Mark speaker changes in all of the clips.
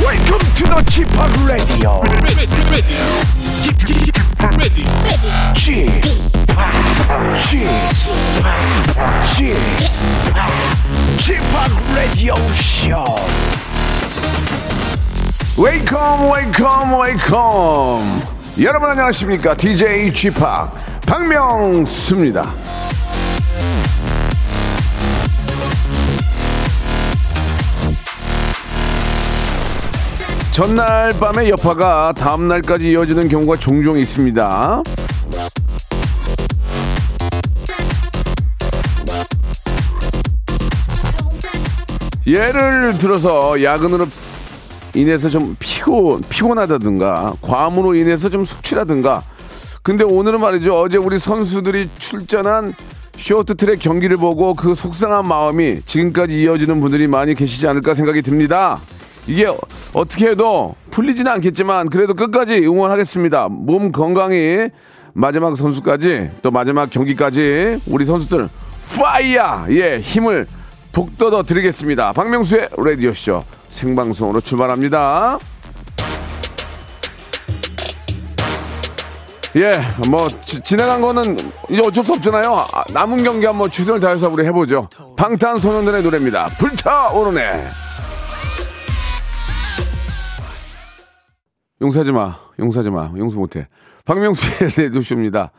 Speaker 1: Welcome to the g p o p Radio.
Speaker 2: ready, ready, ready,
Speaker 1: g p o p g p o p Radio Show. Welcome, welcome, welcome. 여러분 안녕하십니까? DJ g p o p 박명수입니다. 전날 밤의 여파가 다음 날까지 이어지는 경우가 종종 있습니다. 예를 들어서 야근으로 인해서 좀 피곤 피곤하다든가 과음으로 인해서 좀 숙취라든가 근데 오늘은 말이죠 어제 우리 선수들이 출전한 쇼트트랙 경기를 보고 그 속상한 마음이 지금까지 이어지는 분들이 많이 계시지 않을까 생각이 듭니다 이게 어- 어떻게 해도 풀리지는 않겠지만 그래도 끝까지 응원하겠습니다 몸 건강히 마지막 선수까지 또 마지막 경기까지 우리 선수들 파이야 예 힘을 북돋아 드리겠습니다 박명수의 라디오쇼 생방송으로 출발합니다 예, 뭐 지, 지나간 거는 이제 어쩔 수 없잖아요. 아, 남은 경기 한번 최선을 다해서 우리 해보죠. 방탄소년단의 노래입니다. 불타오르네. 용서하지 마, 용서하지 마, 용서 못해. 박명수의 레드쇼입니다.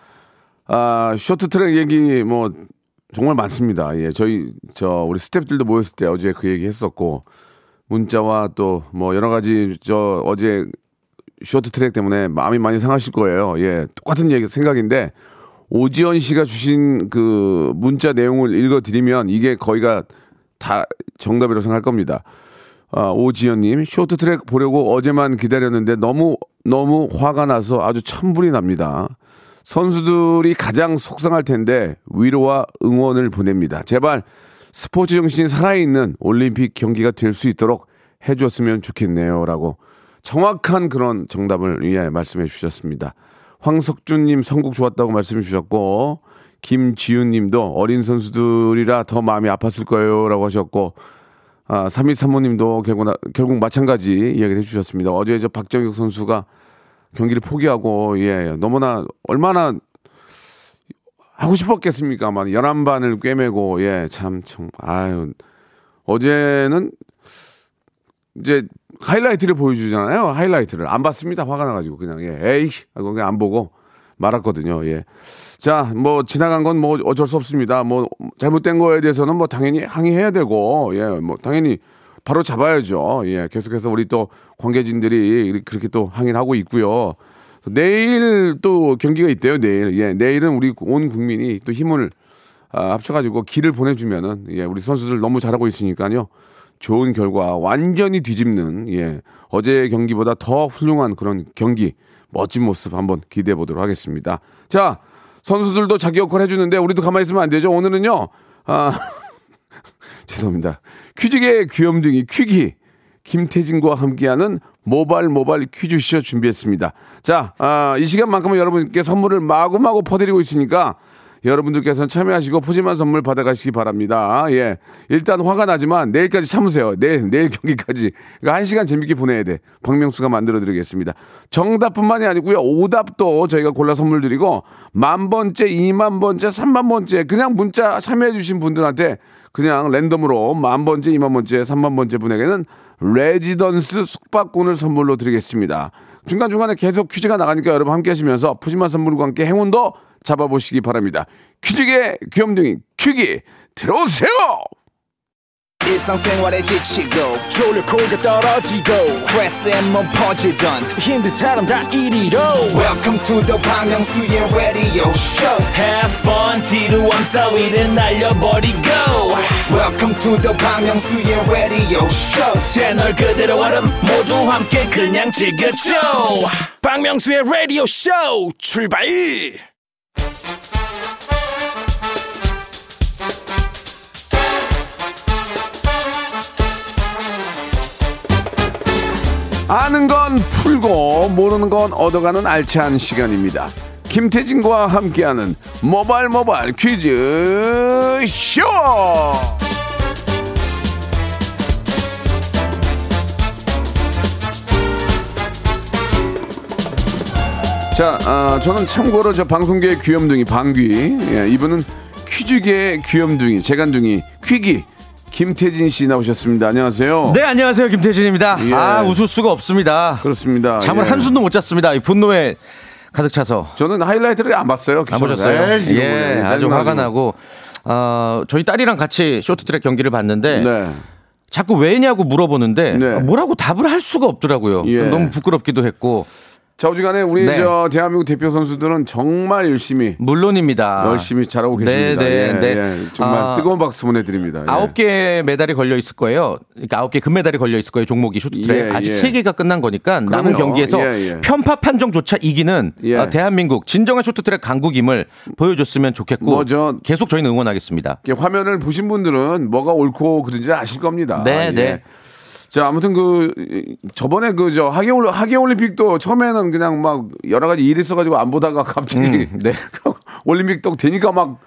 Speaker 1: 아, 쇼트트랙 얘기 뭐 정말 많습니다. 예, 저희 저 우리 스태프들도 모였을 때 어제 그 얘기 했었고 문자와 또 뭐 여러 가지 저 어제 쇼트트랙 때문에 마음이 많이 상하실 거예요. 예, 똑같은 얘기 생각인데 오지연 씨가 주신 그 문자 내용을 읽어드리면 이게 거의가 다 정답이라고 생각할 겁니다. 아, 오지연님 쇼트트랙 보려고 어제만 기다렸는데 너무 너무 화가 나서 아주 천불이 납니다. 선수들이 가장 속상할 텐데 위로와 응원을 보냅니다. 제발 스포츠 정신이 살아있는 올림픽 경기가 될 수 있도록 해주었으면 좋겠네요라고 정확한 그런 정답을 예, 말씀해 주셨습니다. 황석준님 선곡 좋았다고 말씀해 주셨고 김지윤님도 어린 선수들이라 더 마음이 아팠을 거예요라고 하셨고 아, 3위 사모님도 결국, 나- 결국 마찬가지 이야기를 해주셨습니다. 어제 저 박정혁 선수가 경기를 포기하고, 예, 너무나, 얼마나 하고 싶었겠습니까만, 11반을 꿰매고, 예, 참, 참, 아유. 어제는 이제 하이라이트를 보여주잖아요. 하이라이트를. 안 봤습니다. 화가 나가지고, 그냥, 예, 에이, 하고 그냥 안 보고 말았거든요. 예. 자, 뭐 지나간 건 뭐 어쩔 수 없습니다. 뭐 잘못된 거에 대해서는 뭐 당연히 항의해야 되고, 예, 뭐 당연히 바로 잡아야죠. 예, 계속해서 우리 또 관계진들이 이렇게- 그렇게 또 항의를 하고 있고요. 내일 또 경기가 있대요. 내일, 예, 내일은 우리 온 국민이 또 힘을 아, 합쳐가지고 길을 보내주면은 예, 우리 선수들 너무 잘하고 있으니까요. 좋은 결과 완전히 뒤집는 예, 어제 경기보다 더 훌륭한 그런 경기 멋진 모습 한번 기대해 보도록 하겠습니다. 자 선수들도 자기 역할 해주는데 우리도 가만히 있으면 안 되죠. 오늘은요. 아 죄송합니다. 퀴즈계의 귀염둥이 퀴기 김태진과 함께하는 모발 모발 퀴즈쇼 준비했습니다. 자, 아, 이 시간만큼은 여러분께 선물을 마구마구 퍼드리고 있으니까 여러분들께서는 참여하시고 푸짐한 선물 받아가시기 바랍니다. 예. 일단 화가 나지만 내일까지 참으세요. 내일, 내일 경기까지. 그러니까 한 시간 재밌게 보내야 돼. 박명수가 만들어드리겠습니다. 정답뿐만이 아니고요. 오답도 저희가 골라 선물 드리고 만 번째, 이만 번째, 삼만 번째 그냥 문자 참여해주신 분들한테 그냥 랜덤으로 만 번째, 이만 번째, 삼만 번째 분에게는 레지던스 숙박권을 선물로 드리겠습니다. 중간중간에 계속 퀴즈가 나가니까 여러분 함께 하시면서 푸짐한 선물과 함께 행운도 잡아보시기 바랍니다. 퀴즈계 귀염둥이 퀴기 들어오세요!
Speaker 3: 일상생활에 지치고, 졸려 코가 떨어지고, 스트레스에 몸 퍼지던, 힘든 사람 다 이리로. welcome to the Bang Myung-soo's radio show
Speaker 4: Have fun 지루한 따위를 날려버리고
Speaker 3: welcome to the Bang Myung-soo's radio show
Speaker 4: 채널 그대로 얼음 모두 함께 그냥 즐겨줘
Speaker 2: 박명수의 라디오 쇼 출발!
Speaker 1: 아는 건 풀고 모르는 건 얻어가는 알찬 시간입니다. 김태진과 함께하는 모발 모발 퀴즈 쇼! 자, 아, 저는 참고로 저 방송계의 귀염둥이 방귀, 예, 이분은 퀴즈계의 귀염둥이, 재간둥이, 퀴기 김태진 씨 나오셨습니다. 안녕하세요.
Speaker 5: 네, 안녕하세요. 김태진입니다.
Speaker 1: 예.
Speaker 5: 아, 웃을 수가 없습니다.
Speaker 1: 그렇습니다.
Speaker 5: 잠을
Speaker 1: 예.
Speaker 5: 한숨도 못 잤습니다. 이 분노에 가득 차서.
Speaker 1: 저는 하이라이트를 안 봤어요.
Speaker 5: 안
Speaker 1: 귀찮아서.
Speaker 5: 보셨어요?
Speaker 1: 에이, 네, 이거
Speaker 5: 예,
Speaker 1: 뭐냐,
Speaker 5: 아주
Speaker 1: 짜증나가지고.
Speaker 5: 화가 나고. 어, 저희 딸이랑 같이 쇼트트랙 경기를 봤는데
Speaker 1: 네.
Speaker 5: 자꾸 왜냐고 물어보는데
Speaker 1: 네.
Speaker 5: 뭐라고 답을 할 수가 없더라고요.
Speaker 1: 예.
Speaker 5: 너무 부끄럽기도 했고
Speaker 1: 좌우지간에 우리
Speaker 5: 네.
Speaker 1: 저 대한민국 대표 선수들은 정말 열심히
Speaker 5: 물론입니다.
Speaker 1: 열심히 잘하고 계십니다.
Speaker 5: 아.
Speaker 1: 예,
Speaker 5: 네, 네, 네.
Speaker 1: 예. 정말
Speaker 5: 아,
Speaker 1: 뜨거운 박수 보내드립니다. 예.
Speaker 5: 아홉 개 메달이 걸려 있을 거예요. 그러니까 아홉 개 금메달이 걸려 있을 거예요. 종목이 쇼트트랙
Speaker 1: 예,
Speaker 5: 아직
Speaker 1: 예.
Speaker 5: 세 개가 끝난 거니까 남은
Speaker 1: 그럼요.
Speaker 5: 경기에서
Speaker 1: 예, 예.
Speaker 5: 편파 판정조차 이기는
Speaker 1: 예.
Speaker 5: 어, 대한민국 진정한 쇼트트랙 강국임을 보여줬으면 좋겠고
Speaker 1: 뭐 저-
Speaker 5: 계속 저희는 응원하겠습니다.
Speaker 1: 이렇게 예, 화면을 보신 분들은 뭐가 옳고 그른지 아실 겁니다.
Speaker 5: 네, 네.
Speaker 1: 자, 아무튼 그 이, 저번에 그 저 하계 올림 하계 올림픽도 처음에는 그냥 막 여러 가지 일이 있어 가지고 안 보다가 갑자기
Speaker 5: 음, 네.
Speaker 1: 올림픽 또 되니까 막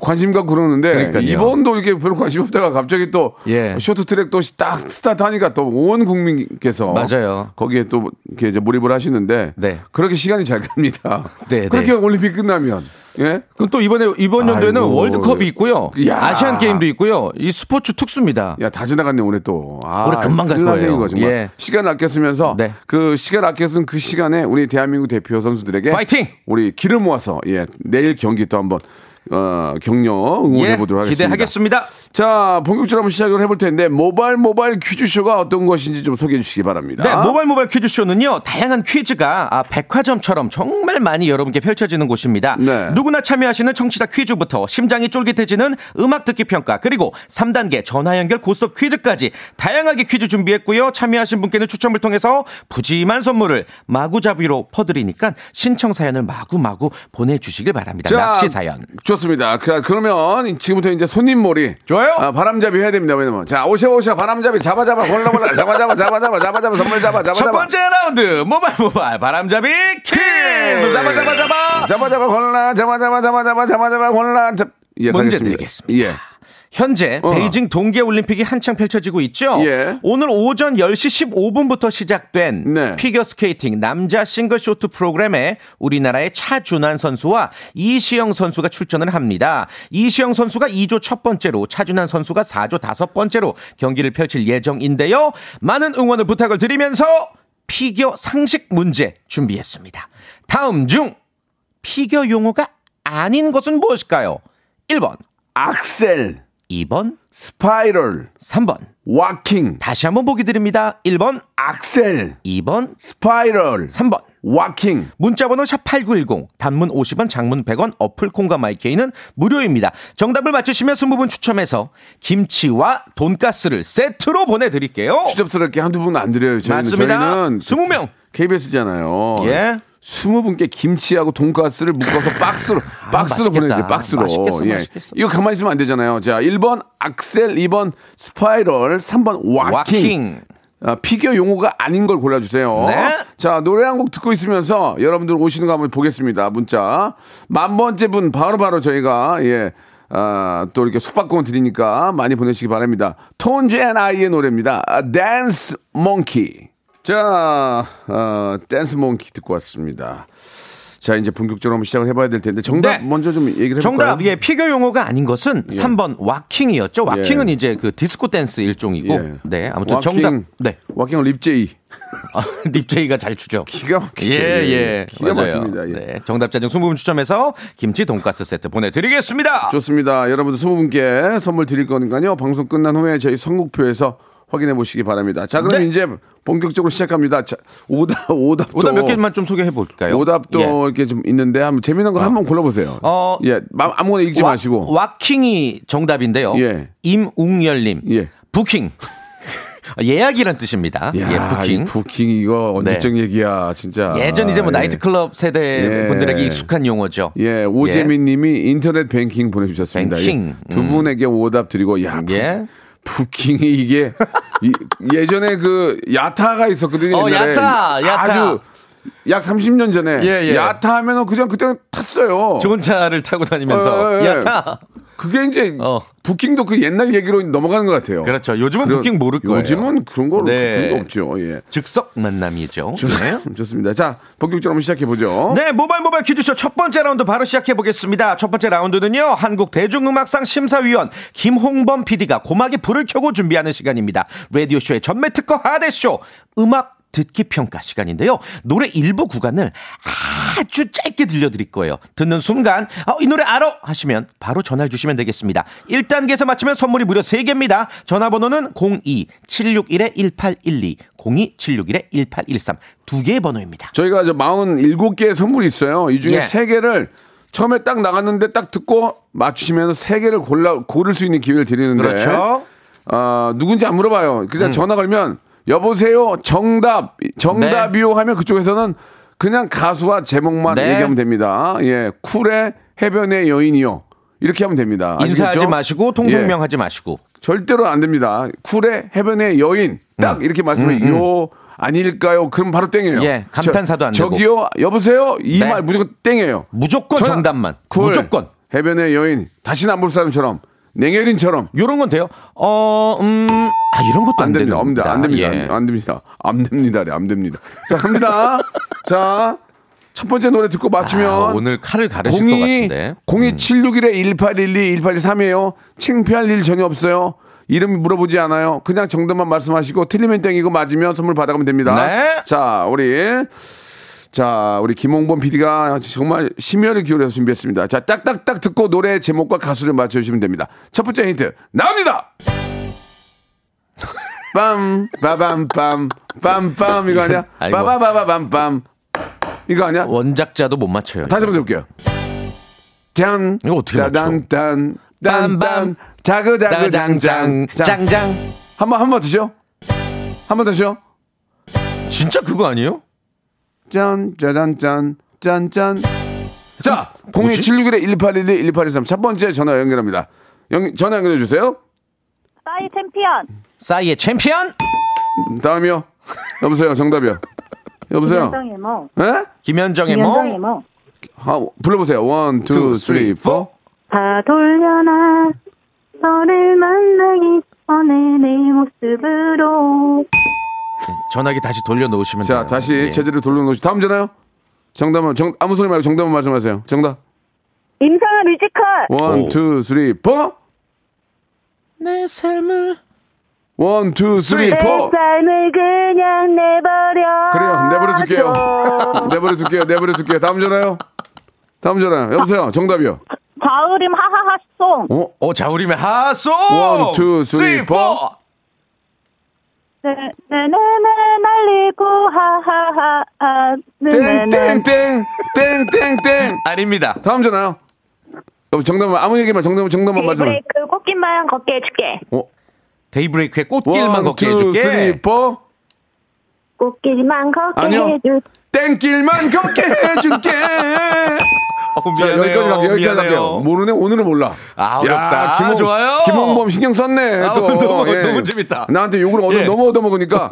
Speaker 1: 관심 갖고 그러는데
Speaker 5: 그러니까요.
Speaker 1: 이번도 이렇게 별로 관심 없다가 갑자기 또
Speaker 5: 예.
Speaker 1: 쇼트트랙 또 딱 스타트 하니까 또 온 국민께서
Speaker 5: 맞아요.
Speaker 1: 거기에 또 이렇게 이제 몰입을 하시는데
Speaker 5: 네.
Speaker 1: 그렇게 시간이 잘 갑니다.
Speaker 5: 네, 네.
Speaker 1: 그렇게 올림픽 끝나면 예?
Speaker 5: 그럼 또 이번에 이번 연도에는
Speaker 1: 아이고.
Speaker 5: 월드컵이 있고요,
Speaker 1: 야.
Speaker 5: 아시안 게임도 있고요, 이 스포츠 특수입니다.
Speaker 1: 야, 다 지나갔네, 올해 또. 아,
Speaker 5: 올해 금방 갈
Speaker 1: 큰일 났네,
Speaker 5: 거예요.
Speaker 1: 이거 정말.
Speaker 5: 예.
Speaker 1: 시간 아껴 쓰면서
Speaker 5: 네.
Speaker 1: 그 시간 아껴 쓴 그 시간에 우리 대한민국 대표 선수들에게
Speaker 5: 파이팅!
Speaker 1: 우리 기를 모아서 예, 내일 경기 또 한번 어, 격려 응원해 보도록 하겠습니다.
Speaker 5: 예, 기대하겠습니다.
Speaker 1: 자, 본격적으로 한번 시작을 해볼 텐데 모발 모발 퀴즈쇼가 어떤 것인지 좀 소개해 주시기 바랍니다.
Speaker 5: 네, 모바일 모바일 퀴즈 쇼는요. 다양한 퀴즈가 아, 백화점처럼 정말 많이 여러분께 펼쳐지는 곳입니다.
Speaker 1: 네.
Speaker 5: 누구나 참여하시는 청취자 퀴즈부터 심장이 쫄깃해지는 음악 듣기 평가 그리고 3단계 전화 연결 고스톱 퀴즈까지 다양하게 퀴즈 준비했고요. 참여하신 분께는 추첨을 통해서 부지만 선물을 마구잡이로 퍼드리니까 신청 사연을 마구마구 보내주시길 바랍니다. 낚시 사연.
Speaker 1: 좋습니다. 그, 그러면 지금부터 이제 손님몰이.
Speaker 5: 좋아요.
Speaker 1: 아, 바람잡이 해야 됩니다. 왜냐면. 자, 오셔, 오셔, 바람잡이 잡아, 잡아, 골라, 골라, 잡아, 잡아, 잡아, 잡아, 잡아, 잡아, 선물 잡아, 잡아,
Speaker 5: 첫
Speaker 1: 잡아.
Speaker 5: 번째 라운드 모바일 모바일 바람잡이 퀴즈 잡아 잡아 잡아
Speaker 1: 잡아 잡아 골라 잡아 잡아 잡아 잡아 잡아 잡아 골라 잡... 예,
Speaker 5: 문제
Speaker 1: 가겠습니다.
Speaker 5: 드리겠습니다.
Speaker 1: 예.
Speaker 5: 현재
Speaker 1: 어.
Speaker 5: 베이징 동계올림픽이 한창 펼쳐지고 있죠.
Speaker 1: 예.
Speaker 5: 오늘 오전 10시 15분부터 시작된
Speaker 1: 네.
Speaker 5: 피겨스케이팅 남자 싱글 쇼트 프로그램에 우리나라의 차준환 선수와 이시영 선수가 출전을 합니다. 이시영 선수가 2조 첫 번째로 차준환 선수가 4조 다섯 번째로 경기를 펼칠 예정인데요. 많은 응원을 부탁을 드리면서 피겨 상식 문제 준비했습니다. 다음 중 피겨 용어가 아닌 것은 무엇일까요? 1번,
Speaker 1: 악셀,
Speaker 5: 2번,
Speaker 1: 스파이럴,
Speaker 5: 3번.
Speaker 1: 와킹,
Speaker 5: 다시 한번 보기 드립니다. 1번,
Speaker 1: 악셀,
Speaker 5: 2번,
Speaker 1: 스파이럴,
Speaker 5: 3번.
Speaker 1: 와킹.
Speaker 5: 문자번호 샵8910, 단문 50원, 장문 100원, 어플 콩과 마이케이는 무료입니다. 정답을 맞추시면 20분 추첨해서 김치와 돈가스를 세트로 보내드릴게요.
Speaker 1: 추접스럽게 한두 분 안 드려요. 저희는
Speaker 5: 맞습니다.
Speaker 1: 저희는 그
Speaker 5: 20명.
Speaker 1: KBS잖아요.
Speaker 5: 예.
Speaker 1: 스무 분께 김치하고 돈가스를 묶어서 박스로 박스로
Speaker 5: 아, 맛있겠다.
Speaker 1: 보내드려요. 박스로.
Speaker 5: 맛있겠어,
Speaker 1: 예.
Speaker 5: 맛있겠어.
Speaker 1: 이거 가만히 있으면 안 되잖아요. 자, 1번 악셀, 2번 스파이럴, 3번 와킹.
Speaker 5: 와킹.
Speaker 1: 아, 피겨 용어가 아닌 걸 골라주세요.
Speaker 5: 네.
Speaker 1: 자, 노래 한 곡 듣고 있으면서 여러분들 오시는 거 한번 보겠습니다. 문자. 만 번째 분 바로바로 저희가, 예, 아, 또 이렇게 숙박권 드리니까 많이 보내시기 바랍니다. 톤즈 앤 아이의 노래입니다. 아, 댄스 몽키. 자, 어, 댄스 몽키 듣고 왔습니다. 자, 이제 본격적으로 한번 시작을 해봐야 될 텐데, 정답
Speaker 5: 네.
Speaker 1: 먼저 좀 얘기를 해볼까요? 예.
Speaker 5: 정답, 예, 피겨 용어가 아닌 것은 3번 와킹이었죠. 와킹은 이제 그 디스코 댄스 일종이고,
Speaker 1: 예.
Speaker 5: 네, 아무튼
Speaker 1: 와킹,
Speaker 5: 정답, 네,
Speaker 1: 와킹 립제이.
Speaker 5: 아, 립제이가 잘 추죠.
Speaker 1: 기가 막히죠.
Speaker 5: 예, 예.
Speaker 1: 기가
Speaker 5: 맞아요.
Speaker 1: 막힙니다. 예.
Speaker 5: 네. 정답자 중 20분 추첨해서 김치 돈가스 세트 보내드리겠습니다.
Speaker 1: 좋습니다. 여러분들 20분께 선물 드릴 거니까요. 방송 끝난 후에 저희 선곡표에서 확인해 보시기 바랍니다. 자, 그럼
Speaker 5: 네.
Speaker 1: 이제 본격적으로 시작합니다. 자, 오답, 오답.
Speaker 5: 오답 몇 개만 좀 소개해 볼까요?
Speaker 1: 오답도
Speaker 5: 예.
Speaker 1: 이렇게 좀 있는데 한번 재미난 거 한번 골라보세요.
Speaker 5: 어.
Speaker 1: 예, 마- 아무거나 읽지
Speaker 5: 와-
Speaker 1: 마시고.
Speaker 5: 와킹이 정답인데요.
Speaker 1: 예.
Speaker 5: 임웅열님.
Speaker 1: 예.
Speaker 5: 부킹. 예약이란 뜻입니다.
Speaker 1: 이야,
Speaker 5: 예, 부킹. 네.
Speaker 1: 이 부킹 이거 언제적 얘기야, 진짜.
Speaker 5: 예전 이제 뭐
Speaker 1: 예.
Speaker 5: 나이트클럽 세대
Speaker 1: 예.
Speaker 5: 분들에게 익숙한 용어죠.
Speaker 1: 예, 오재민 님이 인터넷 뱅킹 보내주셨습니다.
Speaker 5: 뱅킹.
Speaker 1: 예, 두
Speaker 5: 음.
Speaker 1: 분에게 오답 드리고, 야, 부,
Speaker 5: 예.
Speaker 1: 부킹이 이게 이- 예전에 그 야타가 있었거든요.
Speaker 5: 어,
Speaker 1: 옛날에.
Speaker 5: 야타, 야타.
Speaker 1: 아주 약 30년 전에
Speaker 5: 예, 예.
Speaker 1: 야타 하면은 그냥 그때 탔어요.
Speaker 5: 좋은 차를 타고 다니면서
Speaker 1: 어, 예, 예.
Speaker 5: 야타.
Speaker 1: 그게 이제
Speaker 5: 어.
Speaker 1: 부킹도 그 옛날 얘기로 넘어가는 것 같아요.
Speaker 5: 그렇죠. 요즘은
Speaker 1: 그런-
Speaker 5: 부킹 모를 거예요.
Speaker 1: 요즘은 그런 거
Speaker 5: 네.
Speaker 1: 그런 거 없죠. 예.
Speaker 5: 즉석 만남이죠.
Speaker 1: 좋,
Speaker 5: 네.
Speaker 1: 습니다자 본격적으로 한번 시작해 보죠.
Speaker 5: 네, 모바일 모바일 퀴즈쇼 첫 번째 라운드 바로 시작해 보겠습니다. 첫 번째 라운드는요, 한국 대중음악상 심사위원 김홍범 PD가 고막에 불을 켜고 준비하는 시간입니다. 라디오쇼의 전매 특허 하대쇼 음악 듣기 평가 시간인데요. 노래 일부 구간을 아주 짧게 들려드릴 거예요. 듣는 순간, 아, 이 노래 알아! 하시면 바로 전화를 주시면 되겠습니다. 1단계에서 맞추면 선물이 무려 3개입니다. 전화번호는 02-761-1812, 02-761-1813. 두 개의 번호입니다.
Speaker 1: 저희가 저 47개의 선물이 있어요. 이 중에
Speaker 5: 예.
Speaker 1: 세개를 처음에 딱 나갔는데 딱 듣고 맞추시면 세개를 골라 고를 수 있는 기회를 드리는데
Speaker 5: 그렇죠. 음.
Speaker 1: 아, 누군지 안 물어봐요. 그냥 전화 걸면 여보세요. 정답. 정답이요 하면 그쪽에서는 그냥 가수와 제목만
Speaker 5: 네.
Speaker 1: 얘기하면 됩니다. 예. 쿨의 해변의 여인이요. 이렇게 하면 됩니다. 아시겠죠?
Speaker 5: 인사하지 마시고 통성명
Speaker 1: 예.
Speaker 5: 하지 마시고.
Speaker 1: 절대로 안 됩니다. 쿨의 해변의 여인 딱 이렇게 말씀해 요 아닐까요? 그럼 바로 땡이에요.
Speaker 5: 음. 예, 감탄사도 안
Speaker 1: 저,
Speaker 5: 되고.
Speaker 1: 저기요 여보세요 이
Speaker 5: 네.
Speaker 1: 말 무조건 땡이에요.
Speaker 5: 무조건
Speaker 1: 전화-
Speaker 5: 정답만.
Speaker 1: 쿨,
Speaker 5: 무조건.
Speaker 1: 해변의 여인 다시는 안 볼 사람처럼 냉혈인처럼
Speaker 5: 요런 건 돼요? 어, 음, 아, 이런 것도 안,
Speaker 1: 안 됩니다.
Speaker 5: 되는
Speaker 1: 안 됩니다.
Speaker 5: 겁니다. 예.
Speaker 1: 안 됩니다. 안 됩니다. 안 됩니다. 네, 안 됩니다. 자 갑니다. 자. 첫 번째 노래 듣고
Speaker 5: 예.
Speaker 1: 맞추면
Speaker 5: 아, 오늘 칼을 가르실 것
Speaker 1: 02
Speaker 5: 같은데. 음.
Speaker 1: 02761에 1812 1813이에요. 창피할 일 전혀 없어요. 이름 물어보지 않아요. 그냥 정답만 말씀하시고 틀리면 땡이고 맞으면 선물 받아가면 됩니다.
Speaker 5: 네.
Speaker 1: 자, 우리 자, 우리 김홍범 PD가 정말 심혈을 기울여서 준비했습니다. 자, 딱딱딱 듣고 노래 제목과 가수를 맞춰 주시면 됩니다. 첫 번째 힌트 나옵니다. 빰 빠밤 빰 빰빰 이거 아니야?
Speaker 5: 아이고.
Speaker 1: 빠바바바밤 빰 이거 아니야?
Speaker 5: 원작자도 못 맞춰요.
Speaker 1: 다시 한번 해볼게요. 짠.
Speaker 5: 이거 어떻게 맞춰?
Speaker 1: 딴, 딴, 딴,
Speaker 5: 빰빰.
Speaker 1: 자그자그
Speaker 5: 짜장짱,
Speaker 1: 장장. 장.
Speaker 5: 짱짱.
Speaker 1: 한번 한 번 드셔. 한번 드셔.
Speaker 5: 진짜 그거 아니에요?
Speaker 1: 짠, 짜잔, 짠, 짠, 짠. 자, 02761에 1812, 1813. 첫 번째 전화 연결합니다. 연, 전화 연결해 주세요.
Speaker 6: 싸이 챔피언
Speaker 5: 싸이의 챔피언?
Speaker 1: 다음이요. 여보세요. 정답이요. 여보세요.
Speaker 6: 김현정의 뭐
Speaker 1: 예?
Speaker 5: 김현정의
Speaker 6: 김현정의
Speaker 5: 몽.
Speaker 6: 뭐
Speaker 1: 아, 불러보세요. 원, 투, 쓰리, 포.
Speaker 6: 다 돌려놔 너를 만나기 전에 내 모습으로
Speaker 5: 전화기 다시 돌려놓으시면 돼요.
Speaker 1: 자, 다시
Speaker 5: 예.
Speaker 1: 제대로 돌려놓으시. 다음 전화요. 정답은 정, 아무 소리 말고 정답만 말씀하세요. 정답.
Speaker 6: 임상아 뮤지컬
Speaker 1: 원, 투, 쓰리, 포.
Speaker 5: 내 삶을.
Speaker 1: 원, 투, 쓰리,
Speaker 6: 내
Speaker 1: 포.
Speaker 6: 삶을 그냥 내버려
Speaker 1: 그래요. 내버려 둘게요. 네.
Speaker 6: 줘.
Speaker 1: 내버려 둘게요. 내버려 둘게요. 다음 전화요. 다음 전화요. 여보세요. 정답이요.
Speaker 6: 자우림 하하하 송
Speaker 1: 어?
Speaker 5: 어, 자우림의 하소!
Speaker 1: 원, 투, 쓰리, 포.
Speaker 6: 네네네 날리고 하하하 아, 네네네
Speaker 1: 땡땡땡 땡땡땡.
Speaker 5: 아닙니다.
Speaker 1: 다음 전화요. 여보 정답만 아무 얘기만 정답만 정답만
Speaker 6: 네,
Speaker 1: 말씀해.
Speaker 6: 데이브레이크 꽃길만 걷게 해줄게
Speaker 1: 어?
Speaker 5: 데이브레이크의 꽃길만
Speaker 1: 원,
Speaker 5: 걷게
Speaker 1: 투,
Speaker 5: 해줄게.
Speaker 1: 쓰리, 포.
Speaker 6: 꽃길만 걷게
Speaker 1: 아니요.
Speaker 6: 해줄
Speaker 1: 땡길만 걷게 해줄게.
Speaker 5: 어,
Speaker 1: 자,
Speaker 5: 미안해요.
Speaker 1: 여기까지 갈게요. 여기까지 갈게요.
Speaker 5: 미안해요. 뭐
Speaker 1: 모르네. 오늘은 몰라.
Speaker 5: 아, 어렵다. 좋아요.
Speaker 1: 김홍범 신경 썼네.
Speaker 5: 아,
Speaker 1: 또. 예.
Speaker 5: 오늘 너무- 너무 재밌다.
Speaker 1: 나한테 욕을 얻어,
Speaker 5: 예.
Speaker 1: 너무 얻어먹으니까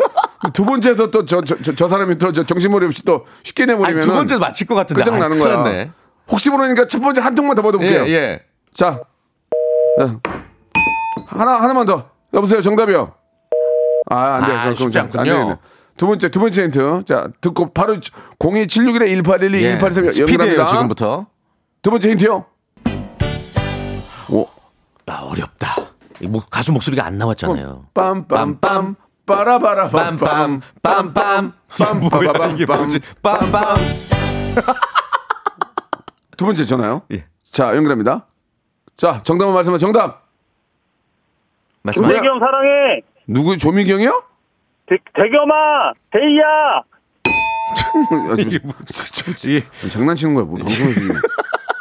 Speaker 1: 두 번째에서 또 저 저 저 사람이 또 저 정신머리 없이 또 쉽게 내버리면
Speaker 5: 아니, 두 번째 맞힐 것 같은데.
Speaker 1: 끝장나는
Speaker 5: 아,
Speaker 1: 거야.
Speaker 5: 큰일 났네.
Speaker 1: 혹시 모르니까 첫 번째 한 통만 더 받아볼게요.
Speaker 5: 예, 예.
Speaker 1: 자. 자. 하나 하나만 더. 여보세요. 정답이요. 아, 안 돼.
Speaker 5: 아,
Speaker 1: 그럼
Speaker 5: 쉽지
Speaker 1: 안
Speaker 5: 않군요.
Speaker 1: 돼, 안 돼. 두 번째 두 번째 힌트. 자, 듣고 바로 02761에 1812
Speaker 5: 예.
Speaker 1: 1813
Speaker 5: 스피드예요
Speaker 1: 연결합니다.
Speaker 5: 지금부터.
Speaker 1: 두 번째 힌트요. 오.
Speaker 5: 아 어렵다. 이 목- 가수 목소리가 안 나왔잖아요.
Speaker 1: 빰빰빰 빠라바라 빰빰 빰빰
Speaker 5: 뭐야, 이게 뭐지?
Speaker 1: 빰빰빰빰
Speaker 5: 빰빰.
Speaker 1: 두 번째 전화요.
Speaker 5: 예.
Speaker 1: 자, 연결합니다. 자, 정답만 말씀하 정답.
Speaker 5: 말씀하세요.
Speaker 1: 조미경
Speaker 7: 사랑해.
Speaker 1: 누구 조미경이요?
Speaker 7: 대, 대겸아, 대희야.
Speaker 1: 아, 지금
Speaker 5: 이게 뭐지? 예.
Speaker 1: 장난치는 거야, 뭐 방송에서. 지금.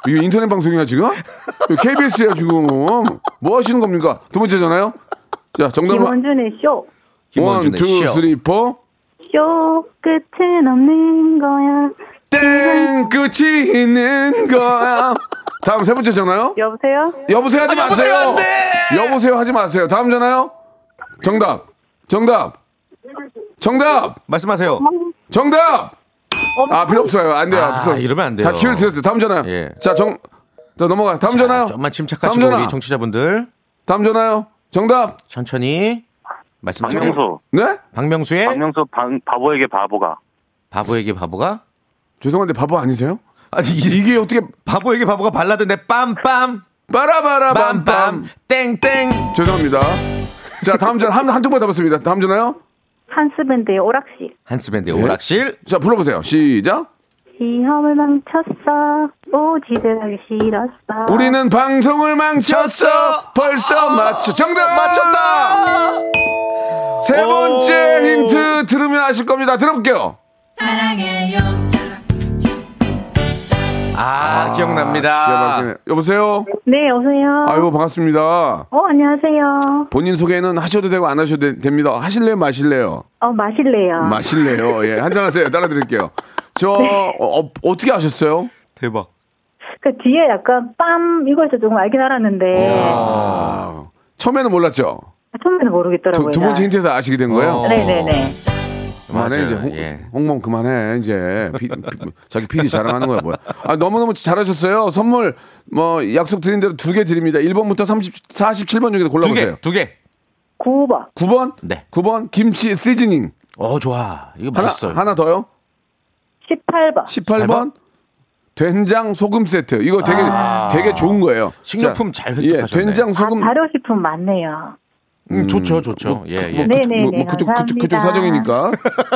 Speaker 1: 이게 인터넷 방송이야, 지금? KBS야, 지금. 뭐 하시는 겁니까? 두 번째 전화요? 자, 정답만.
Speaker 6: 김원준의 쇼
Speaker 1: 원,
Speaker 5: 김원준의
Speaker 1: 투,
Speaker 5: 쇼.
Speaker 1: 쓰리, 포.
Speaker 6: 쇼 끝은 없는 거야.
Speaker 1: 땡! 끝이 있는 거야. 다음 세 번째 전화요?
Speaker 6: 여보세요?
Speaker 1: 여보세요 하지 마세요.
Speaker 5: 여보세요, 안 돼!
Speaker 1: 여보세요 하지 마세요. 다음 전화요. 정답. 정답. 정답.
Speaker 5: 말씀하세요.
Speaker 1: 정답. 아 필요 없어요. 안 돼요.
Speaker 5: 아,
Speaker 1: 필요 없어요.
Speaker 5: 이러면 안 돼요.
Speaker 1: 다 기회를 드렸어요. 다음 전화요.
Speaker 5: 예.
Speaker 1: 자 정. 자, 넘어가. 다음 전화요.
Speaker 5: 아, 좀만
Speaker 1: 다음
Speaker 5: 침착하시고
Speaker 1: 전화.
Speaker 5: 우리 정치자분들
Speaker 1: 다음 전화요. 정답.
Speaker 5: 천천히 말씀 드리-
Speaker 8: 박명수.
Speaker 1: 네?
Speaker 5: 박명수의
Speaker 8: 박명수 방, 바보에게 바보가.
Speaker 5: 바보에게 바보가
Speaker 1: 죄송한데 바보 아니세요?
Speaker 5: 아니 이-
Speaker 1: 이게 어떻게
Speaker 5: 바보에게 바보가 발라드인데 빰빰
Speaker 1: 빠라바라밤밤.
Speaker 5: 빰빰 땡땡
Speaker 1: 죄송합니다. 자, 다음 전화 한, 한두번 잡았습니다. 다음 전화요.
Speaker 6: 한스밴드의 오락실.
Speaker 5: 한스밴드 의 오락실
Speaker 1: 자, 불러보세요. 시작.
Speaker 6: 시험을 망쳤어. 오지들 하기 싫었어.
Speaker 1: 우리는 방송을 망쳤어.
Speaker 5: 쳤어. 아.
Speaker 1: 벌써 맞춰. 정답
Speaker 5: 맞췄다
Speaker 1: 세
Speaker 5: 오.
Speaker 1: 번째 힌트 들으면 아실 겁니다. 들어볼게요. 기가
Speaker 5: 아
Speaker 1: 막히네.
Speaker 5: 기억납니다
Speaker 1: 여보세요.
Speaker 6: 네, 여보세요.
Speaker 1: 아이고 반갑습니다.
Speaker 6: 어, 안녕하세요.
Speaker 1: 본인 소개는 하셔도 되고 안 하셔도 되- 됩니다. 하실래요, 마실래요?
Speaker 6: 어, 마실래요?
Speaker 5: 아.
Speaker 1: 마실래요. 예, 한잔 하세요. 따라 드릴게요. 저
Speaker 5: 네.
Speaker 1: 어, 떻게 아셨어요?
Speaker 5: 대박
Speaker 6: 그 뒤에 약간 빰 이거에서 조금 알긴 알았는데
Speaker 1: 아, 처음에는 몰랐죠.
Speaker 6: 처음에는 모르겠더라고요.
Speaker 1: 두, 두 번째 힌트에서 아시게 된 거예요.
Speaker 5: 어.
Speaker 6: 네네네.
Speaker 1: 그만해
Speaker 5: 맞아요,
Speaker 1: 이제 홍,
Speaker 5: 예.
Speaker 1: 홍범 그만해 이제 피- 피- 자기 PD 자랑하는 거야 뭐야 아 너무너무 잘하셨어요 선물 뭐 약속 드린 대로 두 개 드립니다 1번부터 30, 47번 중에서 골라보세요
Speaker 5: 두개두개어
Speaker 6: 9번.
Speaker 1: 9번
Speaker 5: 네.
Speaker 1: 9번 김치 시즈닝
Speaker 5: 어, 좋아 이거
Speaker 1: 하나,
Speaker 5: 맛있어요
Speaker 1: 하나 더요
Speaker 6: 18번.
Speaker 1: 18번 된장 소금 세트 이거 되게 되게 좋은 거예요.
Speaker 5: 아. 식료품
Speaker 1: 자,
Speaker 5: 잘
Speaker 1: 예,
Speaker 5: 획득하셨네.
Speaker 1: 된장 소금
Speaker 6: 아, 발효식품 맞네요.
Speaker 5: 음, 좋죠 좋죠 예예
Speaker 6: 네. 네네네,
Speaker 1: 어, 뭐, 그쪽 그쪽 그쪽
Speaker 6: 감사합니다.
Speaker 1: 사정이니까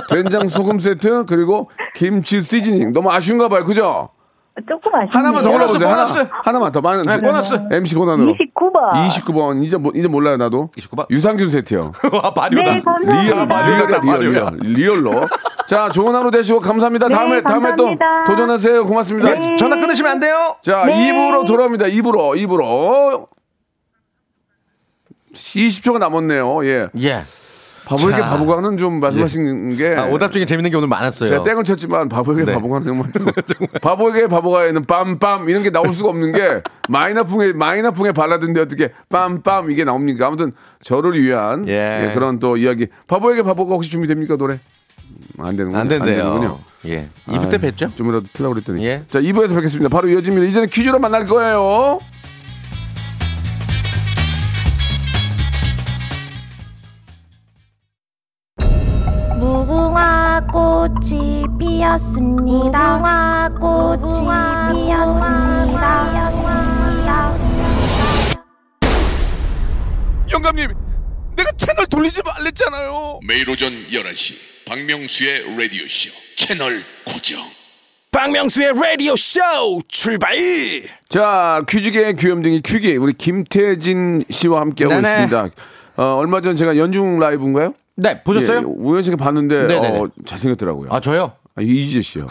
Speaker 1: 된장 소금 세트 그리고 김치 시즈닝 너무 아쉬운가 봐요. 그죠?
Speaker 6: 조금 아쉽네요.
Speaker 1: 음. 하나만 더
Speaker 5: 보너스,
Speaker 1: 골라보세요.
Speaker 5: 보너스.
Speaker 1: 하나, 만더 많은
Speaker 5: 네, 보너스.
Speaker 1: MC 권한으로
Speaker 6: 29번.
Speaker 1: 29번 이제 뭐- 이제 몰라요 나도
Speaker 5: 29번.
Speaker 1: 유산균 세트요.
Speaker 5: 와 마리오다
Speaker 6: 네, 감사합니다.
Speaker 5: 마리오다,
Speaker 1: 리얼이다, 리얼,
Speaker 5: 마리오다.
Speaker 1: 리얼, 리얼로. 자, 좋은 하루 되시고 감사합니다.
Speaker 6: 네,
Speaker 1: 다음에 다음에 또
Speaker 6: 감사합니다. 네.
Speaker 1: 도전하세요. 고맙습니다.
Speaker 5: 네, 전화 끊으시면 안 돼요
Speaker 1: 자, 입 2부로 돌아옵니다. 2부로, 2부로. 20초가 남았네요. 예.
Speaker 5: 예
Speaker 1: 바보에게
Speaker 5: 자.
Speaker 1: 바보가는 좀 말씀하신 게.
Speaker 5: 아, 오답 중에 재밌는 게 오늘 많았어요
Speaker 1: 제가 땡을 쳤지만 바보에게
Speaker 5: 네.
Speaker 1: 바보가는 정말. 바보에게 바보가에는 빰빰 이런 게 나올 수가 없는 게 마이너풍의, 마이너풍의 발라드인데 어떻게 빰빰 이게 나옵니까? 아무튼 저를 위한
Speaker 5: 예.
Speaker 1: 예, 그런 또 이야기. 바보에게 바보가 혹시 준비됩니까? 노래? 음, 안 되는군요.
Speaker 5: 안
Speaker 1: 되는군요.
Speaker 5: 된대요 예 2부 때
Speaker 1: 아유,
Speaker 5: 뵀죠
Speaker 1: 좀이라도 틀라고 그랬더니.
Speaker 5: 예.
Speaker 1: 자, 2부에서 뵙겠습니다. 바로 이어집니다. 이제는 퀴즈로 만날 거예요.
Speaker 9: 무궁화 꽃이 피었습니다. 무궁화 꽃이 피었습니다.
Speaker 2: 영감님, 내가 채널 돌리지 말랬잖아요. 매일 오전 11시 박명수의 라디오 쇼 채널 고정. 박명수의 라디오 쇼 출발.
Speaker 1: 자, 퀴즈계의 귀염둥이 퀴기 우리 김태진 씨와 함께하고
Speaker 5: 네네.
Speaker 1: 있습니다. 어, 얼마 전 제가 연중 라이브인가요?
Speaker 5: 네
Speaker 1: 예,
Speaker 5: 보셨어요
Speaker 1: 우연찮게 봤는데
Speaker 5: 네네네.
Speaker 1: 어, 잘생겼더라고요.
Speaker 5: 아 저요
Speaker 1: 아, 이희재 씨요.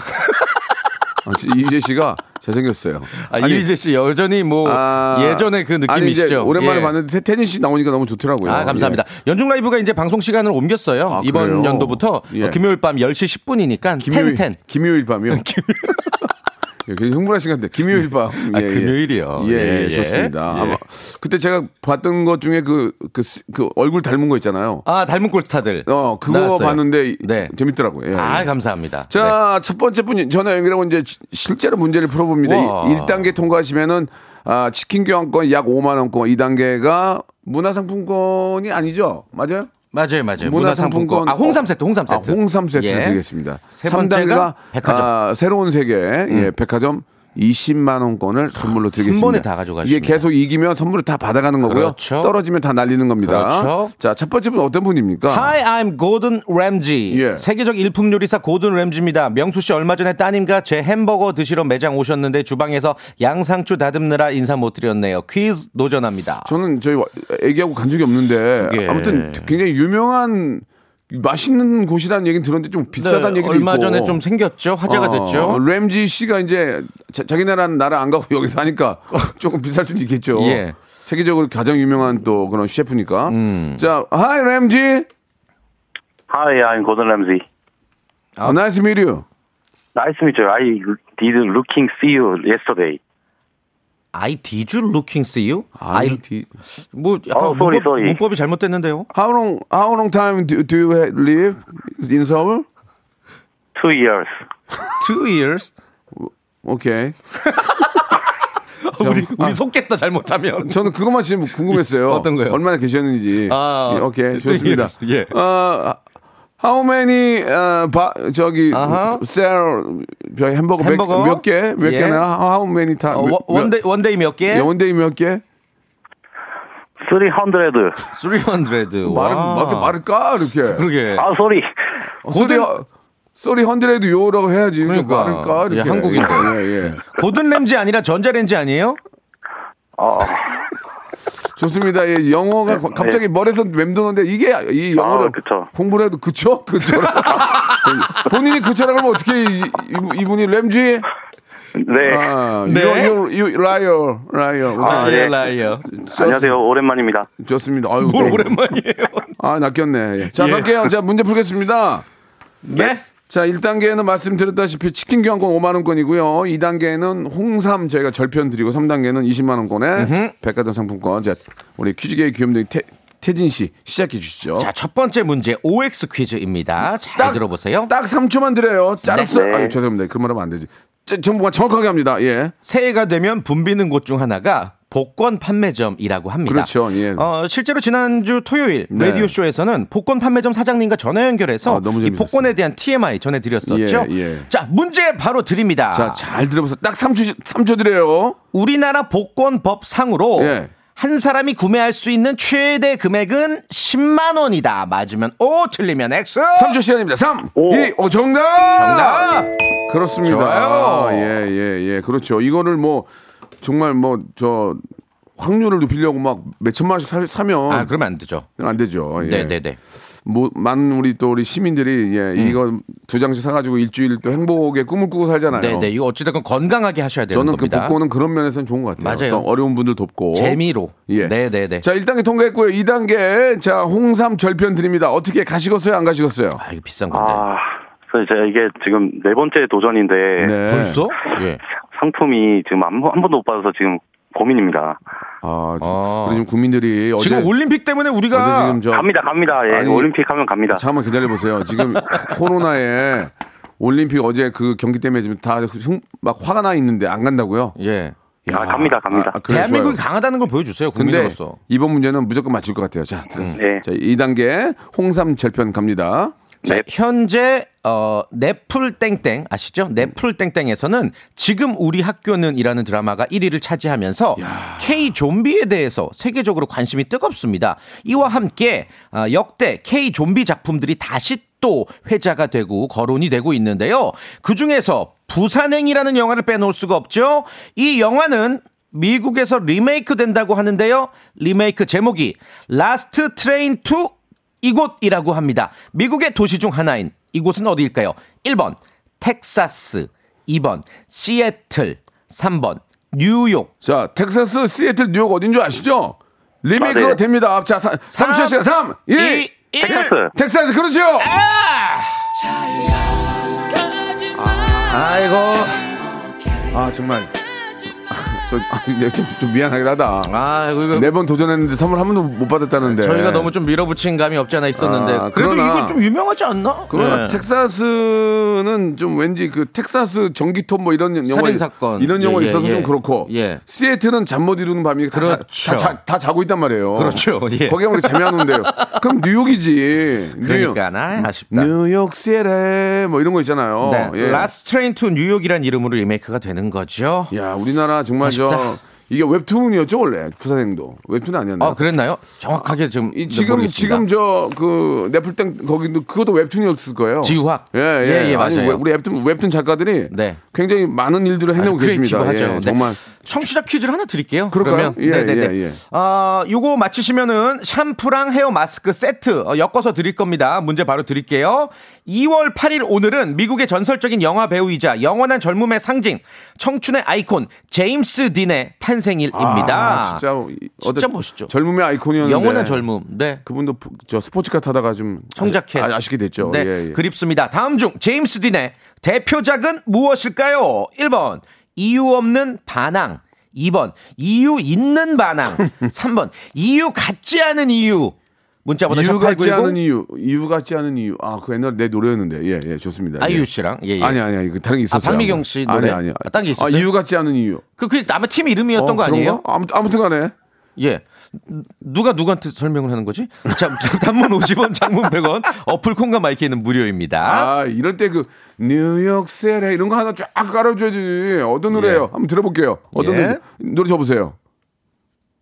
Speaker 1: 아, 진짜 이희재 씨가 잘생겼어요.
Speaker 5: 아, 이리재 씨 여전히 뭐
Speaker 1: 아,
Speaker 5: 예전의 그
Speaker 1: 아니, 이제
Speaker 5: 느낌이시죠?
Speaker 1: 오랜만에
Speaker 5: 예.
Speaker 1: 봤는데 태- 태진 씨 나오니까 너무 좋더라고요. 예.
Speaker 5: 아, 감사합니다. 연중 라이브가 이제 방송 시간을 옮겼어요.
Speaker 1: 아,
Speaker 5: 이번
Speaker 1: 그래요?
Speaker 5: 연도부터
Speaker 1: 예.
Speaker 5: 어, 금요일 밤 10시 10분이니까
Speaker 1: 예. 김요일,
Speaker 5: 텐텐.
Speaker 1: 김요일 밤이요. 예, 굉장히 흥분하신 것 같아요. 김요일 밤.
Speaker 5: 아, 금요일이요.
Speaker 1: 예,
Speaker 5: 예,
Speaker 1: 예,
Speaker 5: 예.
Speaker 1: 좋습니다.
Speaker 5: 예.
Speaker 1: 아마 그때 제가 봤던 것 중에 그, 그, 스- 그 얼굴 닮은 거 있잖아요.
Speaker 5: 아, 닮은 꼴스타들.
Speaker 1: 어, 그거
Speaker 5: 나왔어요.
Speaker 1: 봤는데
Speaker 5: 네.
Speaker 1: 재밌더라고요. 예,
Speaker 5: 아,
Speaker 1: 예.
Speaker 5: 감사합니다. 네.
Speaker 1: 자, 첫 번째 분 전화 연결하고 이제 지- 실제로 문제를 풀어봅니다.
Speaker 5: 와.
Speaker 1: 1단계 통과하시면은 아, 치킨 교환권 약 5만 원권, 2단계가 문화상품권이 아니죠? 맞아요?
Speaker 5: 맞아요, 맞아요.
Speaker 1: 문화상품권.
Speaker 5: 아, 홍삼 세트, 홍삼
Speaker 1: 아,
Speaker 5: 세트.
Speaker 1: 홍삼 세트
Speaker 5: 예.
Speaker 1: 드리겠습니다.
Speaker 5: 세 번째가
Speaker 1: 3단계가
Speaker 5: 백화점. 음.
Speaker 1: 아, 새로운 세계 예, 백화점 20만 원권을 선물로 드리겠습니다.
Speaker 5: 번에 다 가져가십니다.
Speaker 1: 이게 계속 이기면 선물을 다 받아가는 거고요.
Speaker 5: 그렇죠.
Speaker 1: 떨어지면 다 날리는 겁니다.
Speaker 5: 그렇죠.
Speaker 1: 자, 첫 번째 분 어떤 분입니까?
Speaker 5: Hi, I'm Gordon Ramsay.
Speaker 1: 예.
Speaker 5: 세계적 일품 요리사 고든 램지입니다. 명수 씨 얼마 전에 따님과 제 햄버거 드시러 매장 오셨는데 주방에서 양상추 다듬느라 인사 못 드렸네요. 퀴즈 도전합니다.
Speaker 1: 저는 저희 와- 애기하고 간 적이 없는데
Speaker 5: 그게-
Speaker 1: 아무튼 굉장히 유명한 맛있는 곳이라는 얘기는 들었는데 좀 비싸다는
Speaker 5: 네,
Speaker 1: 얘기도
Speaker 5: 얼마
Speaker 1: 있고.
Speaker 5: 전에 좀 생겼죠. 화제가
Speaker 1: 어,
Speaker 5: 아, 됐죠.
Speaker 1: 램지 씨가 이제 자, 기 나라는 나라 안 가고 여기 사니까 조금 비쌀 수는 있겠죠.
Speaker 5: 예.
Speaker 1: 세계적으로 가장 유명한 또 그런 셰프니까.
Speaker 5: 음.
Speaker 1: 자, 하이 램지.
Speaker 8: Hi, I'm Gordon Ramsay.
Speaker 1: 아, 나이스 미류.
Speaker 8: Nice to meet you. I didn't looking see you yesterday.
Speaker 5: I did you looking see you? I
Speaker 1: 아이디.
Speaker 5: 뭐 약간
Speaker 8: 어, sorry,
Speaker 5: 문법,
Speaker 8: sorry.
Speaker 5: 문법이 잘못됐는데요.
Speaker 1: How long how long time do, do you live in Seoul?
Speaker 8: Two years.
Speaker 5: Two years.
Speaker 1: 오케이.
Speaker 5: 우리, 우리 속겠다 잘못하면.
Speaker 1: 저는 그것만 지금 궁금했어요.
Speaker 5: 어떤 거요?
Speaker 1: 얼마나 계셨는지.
Speaker 5: 아,
Speaker 1: 예, 오케이, 좋습니다.
Speaker 5: years, 예.
Speaker 1: 어, how many, 어, 바, 저기,
Speaker 5: 아하.
Speaker 1: sell, 저희 햄버거,
Speaker 5: 햄버거?
Speaker 1: 몇, 몇 개? 몇
Speaker 5: 예.
Speaker 1: 개나? How many 타?
Speaker 5: 어, 원- 원데이 원데이 몇 개?
Speaker 1: 예, 원데이 몇 개?
Speaker 8: 300.
Speaker 1: 네.
Speaker 5: 300.
Speaker 1: 말을, 어떻게 뭐 말을 까? 이렇게.
Speaker 5: 뭐
Speaker 1: 어,
Speaker 5: 그러게.
Speaker 8: 아, 소리.
Speaker 1: 소리, 소리 헌드레드 요라고 해야지.
Speaker 5: 그러니까.
Speaker 1: 말을 까?
Speaker 5: 예,
Speaker 1: 이렇게.
Speaker 5: 한국인데.
Speaker 1: 예, 예.
Speaker 5: 고든 램지 아니라 전자레인지 아니에요?
Speaker 8: 아,
Speaker 1: 좋습니다. 예, 영어가
Speaker 5: 네.
Speaker 1: 가- 갑자기 머리에서 맴도는데 이게 이 영어를
Speaker 8: 아, 그쵸.
Speaker 1: 공부를 해도 그쵸? 그쵸? 본인이 그쵸라고 하면 어떻게 이, 이, 분이 램지?
Speaker 8: 네.
Speaker 1: 아,
Speaker 5: 네.
Speaker 1: you, you, you liar, liar. 오늘
Speaker 8: 아, 예.
Speaker 5: 라이어.
Speaker 8: 안녕하세요. 오랜만입니다.
Speaker 1: 좋습니다. 아유,
Speaker 5: 뭘
Speaker 1: 네.
Speaker 5: 오랜만이에요.
Speaker 1: 아, 낚였네. 예. 자,
Speaker 5: 예.
Speaker 1: 갈게요. 자, 문제 풀겠습니다.
Speaker 5: 네?
Speaker 1: 자, 1단계는 말씀드렸다시피 치킨 교환권 5만원권이고요. 2단계는 홍삼 저희가 절편 드리고, 3단계는 20만원권에 백화점 상품권. 자, 우리 퀴즈계의 귀염둥이 태, 태진 씨 시작해 주시죠.
Speaker 5: 자, 첫 번째 문제 OX 퀴즈입니다. 잘 들어보세요.
Speaker 1: 딱 3초만 드려요. 짜릅스.
Speaker 8: 네.
Speaker 1: 아유, 죄송합니다. 그 말하면 안 되지. 제- 정보가 정확하게 합니다. 예.
Speaker 5: 새해가 되면 붐비는 곳 중 하나가 복권 판매점이라고 합니다.
Speaker 1: 그렇죠, 예.
Speaker 5: 어, 실제로 지난주 토요일
Speaker 1: 네.
Speaker 5: 라디오 쇼에서는 복권 판매점 사장님과 전화 연결해서
Speaker 1: 아, 너무
Speaker 5: 이
Speaker 1: 재밌었어요.
Speaker 5: 복권에 대한 TMI 전해 드렸었죠.
Speaker 1: 예, 예.
Speaker 5: 자, 문제 바로 드립니다.
Speaker 1: 자, 잘 들어보세요. 딱 3초, 3초 드려요.
Speaker 5: 우리나라 복권법 상으로
Speaker 1: 예.
Speaker 5: 한 사람이 구매할 수 있는 최대 금액은 10만 원이다. 맞으면 O, 틀리면 X.
Speaker 1: 3초 시간입니다. 3,
Speaker 8: 오.
Speaker 1: 2, 5, 정답!
Speaker 5: 정답!
Speaker 1: 그렇습니다.
Speaker 5: 좋아요.
Speaker 1: 아, 예, 예, 예. 그렇죠. 이거를 뭐, 정말 뭐, 저, 확률을 높이려고 막 몇 천만 원씩 사, 사면
Speaker 5: 아, 그러면 안 되죠.
Speaker 1: 안 되죠. 음. 예.
Speaker 5: 네, 네, 음. 네.
Speaker 1: 뭐, 많은 우리 또 우리 시민들이 예, 이거 두 장씩 사가지고 일주일 또 행복의 꿈을 꾸고 살잖아요.
Speaker 5: 네, 네. 이거 어찌됐건 건강하게 하셔야 되는
Speaker 1: 저는
Speaker 5: 겁니다.
Speaker 1: 그 복권은 그런 면에서는 좋은 것 같아요.
Speaker 5: 맞아요.
Speaker 1: 또 어려운 분들 돕고
Speaker 5: 재미로.
Speaker 1: 예.
Speaker 5: 네, 네, 네.
Speaker 1: 자, 1단계 통과했고요. 2단계 자 홍삼 절편 드립니다. 어떻게 가시겠어요? 안 가시겠어요?
Speaker 5: 아, 이거 비싼 건데.
Speaker 8: 아, 그래서 제가 이게 지금 네 번째 도전인데
Speaker 1: 네.
Speaker 5: 벌써? 예.
Speaker 8: 상품이 지금 한, 번- 한 번도 못 받아서 지금 고민입니다.
Speaker 1: 아, 좀,
Speaker 5: 아.
Speaker 1: 우리 지금 국민들이 어제,
Speaker 5: 지금 올림픽 때문에
Speaker 1: 어제
Speaker 5: 우리가
Speaker 1: 지금 저
Speaker 8: 갑니다, 갑니다. 예,
Speaker 1: 아니,
Speaker 8: 올림픽 하면 갑니다.
Speaker 1: 잠깐만 기다려 보세요. 지금 코로나에 올림픽 어제 그 경기 때문에 지금 다 막 화가 나 있는데 안 간다고요?
Speaker 5: 예.
Speaker 8: 아, 갑니다, 갑니다.
Speaker 1: 그래요,
Speaker 5: 대한민국이
Speaker 1: 좋아요.
Speaker 5: 강하다는 걸 보여주세요.
Speaker 1: 근데
Speaker 5: 국민으로서.
Speaker 1: 이번 문제는 무조건 맞출 것 같아요. 자,
Speaker 8: 네.
Speaker 1: 자, 2단계 홍삼 절편 갑니다.
Speaker 5: 자, 현재 어 네풀 땡땡 아시죠? 네풀 땡땡에서는 지금 우리 학교는이라는 드라마가 1위를 차지하면서 K 좀비에 대해서 세계적으로 관심이 뜨겁습니다. 이와 함께 아, 역대 K 좀비 작품들이 다시 또 회자가 되고 거론이 되고 있는데요. 그 중에서 부산행이라는 영화를 빼놓을 수가 없죠. 이 영화는 미국에서 리메이크 된다고 하는데요. 리메이크 제목이 라스트 트레인 투 이곳이라고 합니다. 미국의 도시 중 하나인 이곳은 어디일까요? 1번 텍사스, 2번 시애틀, 3번 뉴욕.
Speaker 1: 자, 텍사스, 시애틀, 뉴욕 어딘 줄 아시죠? 리메이크가
Speaker 8: 맞아요.
Speaker 1: 됩니다. 자, 3, 30초 시간. 3, 2,
Speaker 5: 이- 일.
Speaker 1: 예!
Speaker 8: 텍사스.
Speaker 1: 텍사스, 그렇죠?
Speaker 5: 아이고.
Speaker 1: 아, 정말. 저, 아, 근데 좀, 좀 미안하긴 하다.
Speaker 5: 아이고 이거
Speaker 1: 네 번 도전했는데 선물 한 번도 못 받았다는데.
Speaker 5: 저희가 너무 좀 밀어붙인 감이 없지 않아 있었는데
Speaker 1: 아,
Speaker 5: 그래도
Speaker 1: 그러나-
Speaker 5: 이건 좀 유명하지 않나?
Speaker 1: 그러나
Speaker 5: 네.
Speaker 1: 텍사스는 좀 왠지 그 텍사스 전기톱 뭐 이런 영화
Speaker 5: 살인사건.
Speaker 1: 이런
Speaker 5: 예,
Speaker 1: 영화
Speaker 5: 예,
Speaker 1: 있어서
Speaker 5: 예.
Speaker 1: 좀 그렇고
Speaker 5: 예.
Speaker 1: 시애틀은 잠 못 이루는 밤이 다, 자,
Speaker 5: 그렇죠.
Speaker 1: 다, 자, 다 자고 있단 말이에요.
Speaker 5: 그렇죠, 예.
Speaker 1: 거기 우리 잠이 안 오는데요. 그럼 뉴욕이지. 뉴욕.
Speaker 5: 그러니까 나 아쉽다.
Speaker 1: 뉴욕 시에 뭐 이런 거 있잖아요.
Speaker 5: 네.
Speaker 1: 예.
Speaker 5: 라스트 트레인 투 뉴욕이란 이름으로 리메이크가 되는 거죠.
Speaker 1: 야 우리나라 정말 저
Speaker 5: 아쉽다.
Speaker 1: 이게 웹툰이었죠 원래 부산행도 웹툰 아니었나요?
Speaker 5: 아 그랬나요? 정확하게 지금
Speaker 1: 네. 이 지금 지금 저 그 네플땡 거기도 그것도 웹툰이었을 거예요.
Speaker 5: 지우학.
Speaker 1: 예, 예,
Speaker 5: 예,
Speaker 1: 아니,
Speaker 5: 예, 맞아요.
Speaker 1: 우리 웹툰 웹툰 작가들이
Speaker 5: 네.
Speaker 1: 굉장히 많은 일들을 해내고 계십니다.
Speaker 5: 크리에이티브하죠.
Speaker 1: 예,
Speaker 5: 네.
Speaker 1: 정말
Speaker 5: 청취자 퀴즈를 하나 드릴게요.
Speaker 1: 그럴까요?
Speaker 5: 그러면
Speaker 1: 예,
Speaker 5: 네네네.
Speaker 1: 예, 예.
Speaker 5: 아, 요거 맞히시면은 샴푸랑 헤어 마스크 세트 어, 엮어서 드릴 겁니다. 문제 바로 드릴게요. 2월 8일 오늘은 미국의 전설적인 영화 배우이자 영원한 젊음의 상징, 청춘의 아이콘 제임스 딘의 탄생일입니다.
Speaker 1: 아, 진짜
Speaker 5: 진짜
Speaker 1: 어떤
Speaker 5: 멋있죠.
Speaker 1: 젊음의 아이콘이었는데
Speaker 5: 영원한 젊음. 네.
Speaker 1: 그분도 부- 저 스포츠카 타다가 좀
Speaker 5: 청자켓.
Speaker 1: 아, 아쉽게 됐죠.
Speaker 5: 네,
Speaker 1: 예, 예.
Speaker 5: 그립습니다. 다음 중 제임스 딘의 대표작은 무엇일까요? 1번 이유 없는 반항 2번 이유 있는 반항 3번 이유 같지 않은 이유 문자 번호
Speaker 1: 이유 같지 않은
Speaker 5: 8910
Speaker 1: 이유, 이유 같지 않은 이유. 아, 그 옛날 내 노래였는데. 예, 예, 좋습니다.
Speaker 5: 아이유
Speaker 1: 예.
Speaker 5: 씨랑 예, 예.
Speaker 1: 아니 아니 아니 그 다른 게 있었어요.
Speaker 5: 박미경 씨 노래?
Speaker 1: 아니 아니.
Speaker 5: 아, 딴게 있었어요?
Speaker 1: 이유 같지 않은 이유.
Speaker 5: 그 그게 아마 팀 이름이었던
Speaker 1: 어,
Speaker 5: 거 아니에요?
Speaker 1: 그런가? 아무 아무튼간에
Speaker 5: 예. 누가 누구한테 설명을 하는 거지? 자, 단문 50원, 장문 100원, 어플 콩과 마이키는 무료입니다.
Speaker 1: 아 이럴 때 그 뉴욕 세레 이런 거 하나 쫙 깔아줘야지. 어떤 노래예요? 한번 들어볼게요. 어떤
Speaker 5: 예.
Speaker 1: 노래, 노래 접으세요.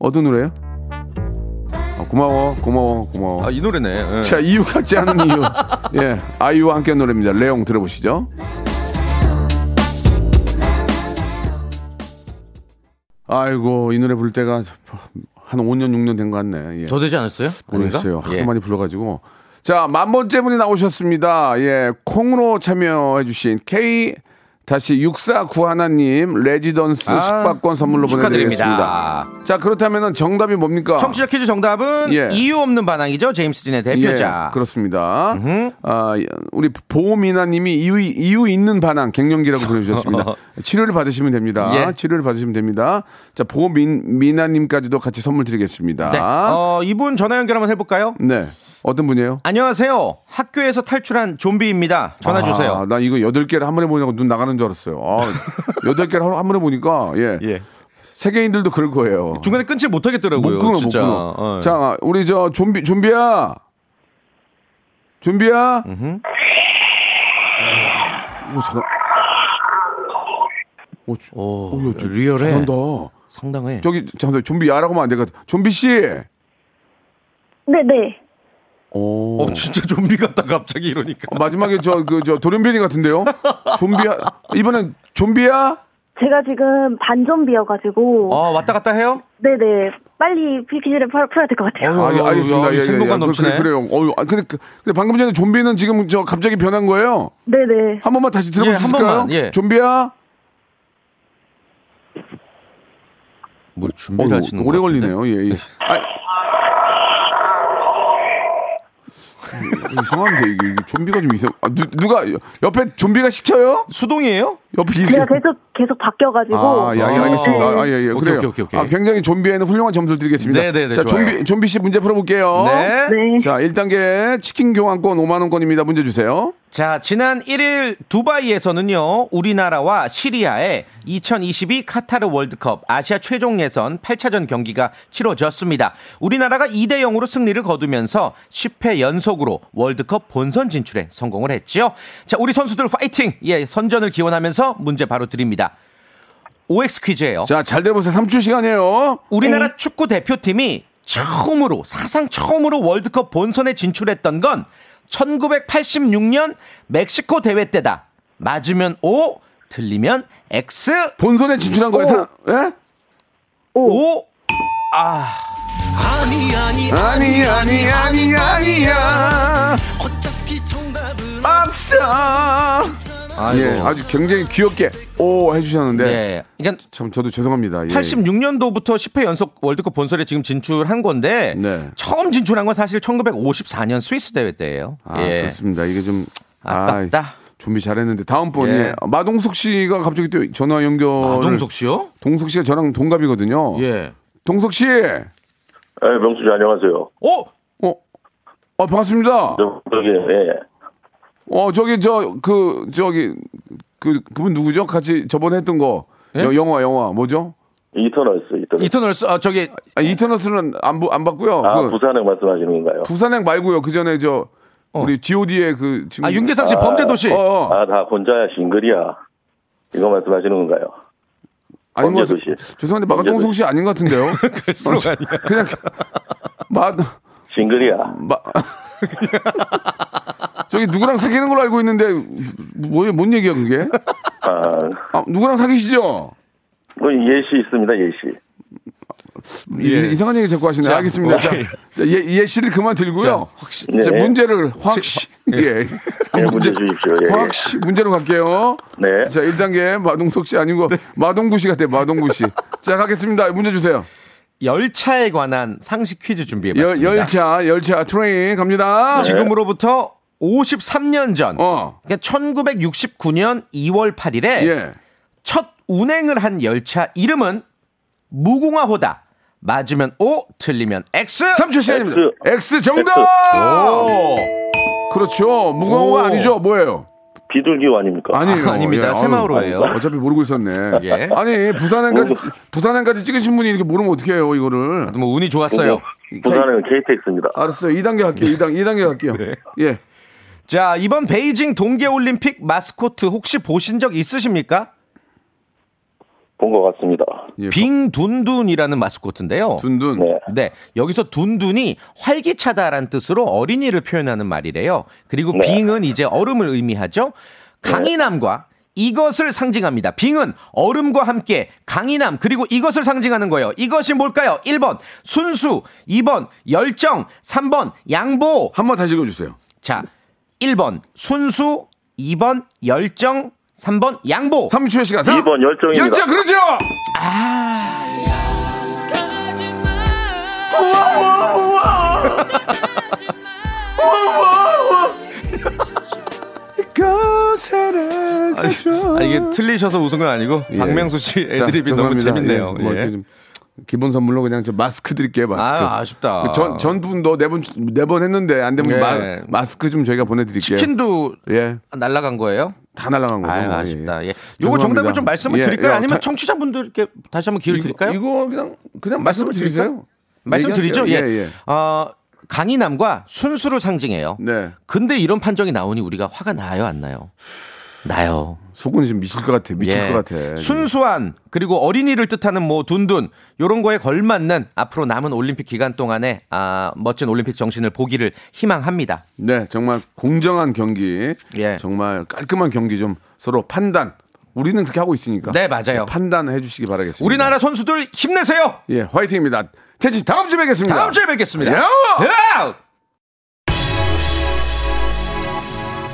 Speaker 1: 어떤 노래요? 아, 고마워 고마워 고마워.
Speaker 5: 아, 이 노래네. 예.
Speaker 1: 자 이유 같지 않은 이유. 예 아이유와 함께한 노래입니다. 레옹 들어보시죠. 아이고 이 노래 부를 때가 한 5년 6년 된 것 같네. 예.
Speaker 5: 더 되지 않았어요? 아닌가?
Speaker 1: 모르겠어요. 하도
Speaker 5: 예.
Speaker 1: 많이 불러가지고. 자, 만 번째 분이 나오셨습니다. 예, 콩으로 참여해주신 K 다시 6491님 레지던스
Speaker 5: 아,
Speaker 1: 숙박권 선물로
Speaker 5: 축하드립니다.
Speaker 1: 보내드리겠습니다. 자, 그렇다면 정답이 뭡니까?
Speaker 5: 청취자 퀴즈 정답은
Speaker 1: 어. 예.
Speaker 5: 이유 없는 반항이죠. 제임스 진의 대표자.
Speaker 1: 예, 그렇습니다. 아, 우리 보미나님이 이유, 이유 있는 반항 갱년기라고 보내주셨습니다. 치료를 받으시면 됩니다.
Speaker 5: 예.
Speaker 1: 치료를 받으시면 됩니다. 자, 보미나님까지도 같이 선물 드리겠습니다.
Speaker 5: 네. 어, 이분 전화 연결 한번 해볼까요?
Speaker 1: 네, 어떤 분이에요?
Speaker 5: 안녕하세요. 학교에서 탈출한 좀비입니다. 전화 주세요.
Speaker 1: 아, 나 이거 여덟 개를 한 번에 보냐고 눈 나가는 줄 알았어요. 아, 여덟 개를 한 번에 보니까 예.
Speaker 5: 예.
Speaker 1: 세계인들도 그럴 거예요.
Speaker 5: 중간에 끊지 못하겠더라고요.
Speaker 1: 못 끊어, 못
Speaker 5: 진짜.
Speaker 1: 끊어.
Speaker 5: 예.
Speaker 1: 자, 우리 저 좀비 좀비야. 좀비야. 오, 잘. 오, 저-
Speaker 5: 오,
Speaker 1: 오, 야, 저-
Speaker 5: 리얼해.
Speaker 1: 잘한다.
Speaker 5: 어, 상당해.
Speaker 1: 저기 잠깐 좀비야라고 하면 안 될까? 좀비 씨.
Speaker 6: 네, 네.
Speaker 1: 오.
Speaker 5: 어, 진짜 좀비 같다 갑자기 이러니까.
Speaker 1: 어, 마지막에 저 그 저 돌연변이 같은데요. 좀비야. 이번엔 좀비야.
Speaker 6: 제가 지금 반좀비여가지고,
Speaker 5: 어, 왔다 갔다 해요?
Speaker 6: 네네. 빨리 퀴즈를 풀- 풀어야 될 것 같아요.
Speaker 5: 어휴,
Speaker 1: 아, 예,
Speaker 5: 어휴,
Speaker 1: 알겠습니다.
Speaker 5: 야,
Speaker 1: 예, 예,
Speaker 5: 생동감
Speaker 1: 예. 그-
Speaker 5: 넘치네.
Speaker 1: 그, 그래요. 어유, 아, 근데, 그- 근데 방금 전에 좀비는 지금 저 갑자기 변한 거예요.
Speaker 6: 네네.
Speaker 1: 한 번만 다시
Speaker 5: 예,
Speaker 1: 들어볼
Speaker 5: 한
Speaker 1: 수 있을까요?
Speaker 5: 번만, 예.
Speaker 1: 좀비야. 어우,
Speaker 5: 뭘 준비를 하시는
Speaker 1: 오래
Speaker 5: 것 같은데.
Speaker 1: 걸리네요. 예, 예. 아, 이상한데 이게, 이게 좀비가 좀 이상. 아, 누, 누가 옆에 좀비가 시켜요?
Speaker 5: 수동이에요?
Speaker 1: 옆에 이게.
Speaker 6: 제가 계속, 계속 바뀌어가지고.
Speaker 1: 아, 예, 예, 알겠습니다.
Speaker 6: 네.
Speaker 1: 아, 예, 예.
Speaker 5: 네, 오케이,
Speaker 1: 그래요.
Speaker 5: 오케이, 오케이, 오케이.
Speaker 1: 아, 굉장히 좀비에는 훌륭한 점수를 드리겠습니다.
Speaker 5: 네, 네, 네,
Speaker 1: 자,
Speaker 5: 좋아요.
Speaker 1: 좀비, 좀비 씨 문제 풀어볼게요.
Speaker 5: 네.
Speaker 6: 네.
Speaker 1: 자, 1단계 치킨 교환권 5만원권입니다. 문제 주세요.
Speaker 5: 자, 지난 1일 두바이에서는요, 우리나라와 시리아의 2022 카타르 월드컵 아시아 최종 예선 8차전 경기가 치러졌습니다. 우리나라가 2대 0으로 승리를 거두면서 10회 연속으로 월드컵 본선 진출에 성공을 했지요. 자, 우리 선수들 파이팅! 예, 선전을 기원하면서 문제 바로 드립니다. OX 퀴즈예요.
Speaker 1: 자, 잘 들어보세요. 3초 시간이에요.
Speaker 5: 우리나라 축구 대표팀이 처음으로 사상 처음으로 월드컵 본선에 진출했던 건 1986년 멕시코 대회 때다. 맞으면 O, 틀리면 X.
Speaker 1: 본선에 진출한 거예요. 사- 예?
Speaker 5: O.
Speaker 1: 아니 아니 아니 아니야. 없어.
Speaker 5: 아이고.
Speaker 1: 예, 아주 굉장히 귀엽게 오 해주셨는데
Speaker 5: 예. 그러니까
Speaker 1: 참 저도 죄송합니다. 예.
Speaker 5: 86년도부터 10회 연속 월드컵 본선에 지금 진출한 건데
Speaker 1: 네.
Speaker 5: 처음 진출한 건 사실 1954년 스위스 대회 때예요.
Speaker 1: 아,
Speaker 5: 예.
Speaker 1: 그렇습니다. 이게 좀
Speaker 5: 아깝다.
Speaker 1: 준비 잘했는데 다음 번에
Speaker 5: 예.
Speaker 1: 마동석 씨가 갑자기 또 전화 연결.
Speaker 5: 마동석 아, 씨요?
Speaker 1: 동석 씨가 저랑 동갑이거든요.
Speaker 5: 예.
Speaker 1: 동석 씨,
Speaker 7: 네, 명수 씨 안녕하세요.
Speaker 5: 어?
Speaker 1: 어, 어 반갑습니다.
Speaker 7: 저, 저기, 예.
Speaker 1: 어 저기 저 그 저기 그 그분 누구죠? 같이 저번에 했던 거
Speaker 5: 예?
Speaker 1: 여- 영화 영화 뭐죠?
Speaker 7: 이터널스, 이터널스.
Speaker 5: 이터널스 아 저기
Speaker 1: 아, 이터너스는 안, 보- 안 봤고요.
Speaker 7: 아,
Speaker 1: 그
Speaker 7: 부산행 말씀하시는 건가요?
Speaker 1: 부산행 말고요. 그 전에 저 우리 G.O.D의 그 지금
Speaker 5: 어. 아 윤계상 씨 범죄 도시.
Speaker 1: 어, 어.
Speaker 7: 아, 다 혼자야, 싱글이야. 이거 말씀하시는 건가요?
Speaker 1: 아닌 것
Speaker 7: 범죄
Speaker 1: 같아요.
Speaker 7: 도시.
Speaker 1: 죄송한데
Speaker 7: 범죄
Speaker 1: 마동석 씨 아닌 것 같은데요.
Speaker 5: 갈수록
Speaker 1: 어,
Speaker 5: 아니야.
Speaker 1: 그냥 마,
Speaker 7: 싱글이야.
Speaker 1: 마 저기 누구랑 사귀는 걸로 알고 있는데 뭐뭔 얘기야 그게?
Speaker 7: 아,
Speaker 1: 아, 누구랑 사귀시죠?
Speaker 7: 그 예시 있습니다, 예시.
Speaker 1: 이- 이상한 얘기 예. 자꾸 하시네. 요 알겠습니다. 자, 자, 예, 예 씨를 그만 들고요.
Speaker 7: 네.
Speaker 1: 자, 문제를 확시 예.
Speaker 7: 예, 문제 주십시오. 예, 예.
Speaker 1: 확시 문제로 갈게요.
Speaker 7: 네.
Speaker 1: 자, 1단계 마동석 씨 아니고 마동구 씨 같아요. 마동구 씨. 자, 가겠습니다. 문제 주세요.
Speaker 5: 열차에 관한 상식 퀴즈
Speaker 1: 열,
Speaker 5: 준비해봤습니다.
Speaker 1: 열차, 열차 트레인 갑니다.
Speaker 7: 네.
Speaker 5: 지금으로부터 53년 전,
Speaker 1: 어.
Speaker 5: 그러니까 1969년 2월 8일에
Speaker 1: 예.
Speaker 5: 첫 운행을 한 열차 이름은 무궁화호다. 맞으면 O, 틀리면 X.
Speaker 1: 3초 시간입니다. X, 정답! 그렇죠. 무거운
Speaker 5: 오.
Speaker 1: 거 아니죠? 뭐예요?
Speaker 7: 비둘기호 아닙니까?
Speaker 1: 아니에요.
Speaker 5: 아, 아닙니다.
Speaker 1: 아유,
Speaker 5: 새마을호예요.
Speaker 1: 어차피 모르고 있었네.
Speaker 5: 예.
Speaker 1: 아니, 부산행까지, 부산행까지 찍으신 분이 이렇게 모르면 어떡해요, 이거를.
Speaker 5: 뭐 운이 좋았어요.
Speaker 7: 네. 부산은 KTX입니다.
Speaker 1: 알았어요. 2단계 할게요. 2단, 2단계 할게요. 예.
Speaker 5: 자, 이번 베이징 동계올림픽 마스코트 혹시 보신 적 있으십니까?
Speaker 7: 본 것 같습니다.
Speaker 1: 예.
Speaker 5: 빙둔둔이라는 마스코트인데요.
Speaker 1: 둔둔.
Speaker 7: 네.
Speaker 5: 네, 여기서 둔둔이 활기차다란 뜻으로 어린이를 표현하는 말이래요. 그리고
Speaker 7: 네.
Speaker 5: 빙은 이제 얼음을 의미하죠. 강인함과 이것을 상징합니다. 빙은 얼음과 함께 강인함 그리고 이것을 상징하는 거예요. 이것이 뭘까요? 1번 순수, 2번 열정, 3번 양보.
Speaker 1: 한 번 다시 읽어주세요.
Speaker 5: 자, 1번 순수, 2번 열정, 3번 양보.
Speaker 1: 3초의 시간. 3,
Speaker 7: 2번 열정입니다.
Speaker 1: 열정, 그렇죠! 아! 그
Speaker 5: 아, 이게 틀리셔서 웃은 건 아니고
Speaker 1: 예.
Speaker 5: 씨
Speaker 1: 자, 죄송합니다. 예, 뭐 이렇게 좀 기본 선물로 그냥 저 마스크 드릴게요, 마스크. 그
Speaker 5: 아, 아쉽다.
Speaker 1: 전, 전분도 네 번, 네 번 했는데 안 되면
Speaker 5: 예.
Speaker 1: 마, 마스크 좀 저희가 보내드릴게요.
Speaker 5: 치킨도
Speaker 1: 예.
Speaker 5: 날라간 거예요?
Speaker 1: 다 날아간 거고.
Speaker 5: 아유, 아쉽다. 예. 요거
Speaker 1: 죄송합니다.
Speaker 5: 정답을 좀 말씀을
Speaker 1: 예,
Speaker 5: 드릴까요?
Speaker 1: 예,
Speaker 5: 아니면
Speaker 1: 다-
Speaker 5: 청취자분들께 다시 한번 기회를 드릴까요?
Speaker 1: 이거 그냥 그냥 말씀을 드리세요.
Speaker 5: 말씀드리죠. 예.
Speaker 1: 얘기할게요. 예, 예.
Speaker 5: 어, 강인함과 순수를 상징해요.
Speaker 1: 네.
Speaker 5: 근데 이런 판정이 나오니 우리가 화가 나요, 안 나요? 나요.
Speaker 1: 속은 지금 미칠 것 같아. 미칠
Speaker 5: 예.
Speaker 1: 것 같아.
Speaker 5: 순수한 그리고 어린이를 뜻하는 뭐 둔둔 요런 거에 걸맞는 앞으로 남은 올림픽 기간 동안에 아, 멋진 올림픽 정신을 보기를 희망합니다.
Speaker 1: 네, 정말 공정한 경기.
Speaker 5: 예.
Speaker 1: 정말 깔끔한 경기 좀 서로 판단. 우리는 그렇게 하고 있으니까.
Speaker 5: 네, 맞아요.
Speaker 1: 판단해 주시기 바라겠습니다.
Speaker 5: 우리나라 선수들 힘내세요.
Speaker 1: 예, 화이팅입니다. 태진 씨, 다음 주에 뵙겠습니다.
Speaker 5: 다음 주에 뵙겠습니다.
Speaker 1: 야!
Speaker 5: 야!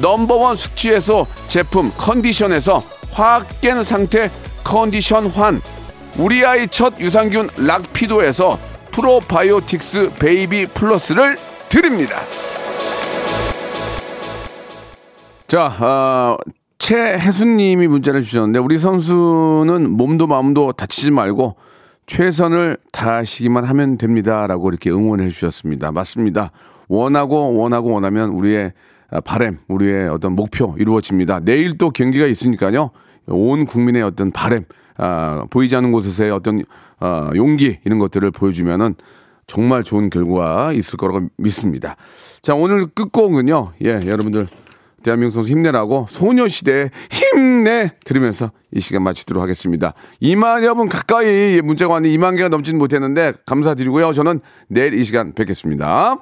Speaker 1: 넘버원 숙취해소 제품 컨디션에서 화학 깬 상태 컨디션 환 우리 아이 첫 유산균 락피도에서 프로바이오틱스 베이비 플러스를 드립니다. 자, 아, 최혜수님이 문자를 주셨는데 우리 선수는 몸도 마음도 다치지 말고 최선을 다하시기만 하면 됩니다라고 이렇게 응원해 주셨습니다. 맞습니다. 원하고 원하고 아, 원하면 우리의 바램, 우리의 어떤 목표 이루어집니다. 내일 또 경기가 있으니까요. 온 국민의 어떤 바램, 아, 보이지 않는 곳에서의 어떤 아, 용기 이런 것들을 보여주면은 정말 좋은 결과 있을 거라고 믿습니다. 자, 오늘 끝곡은요. 예, 여러분들 대한민국 선수 힘내라고 소녀시대 힘내 들으면서 이 시간 마치도록 하겠습니다. 2만여 분 가까이 문자가 왔는데 2만 개가 넘지는 못했는데 감사드리고요. 저는 내일 이 시간 뵙겠습니다.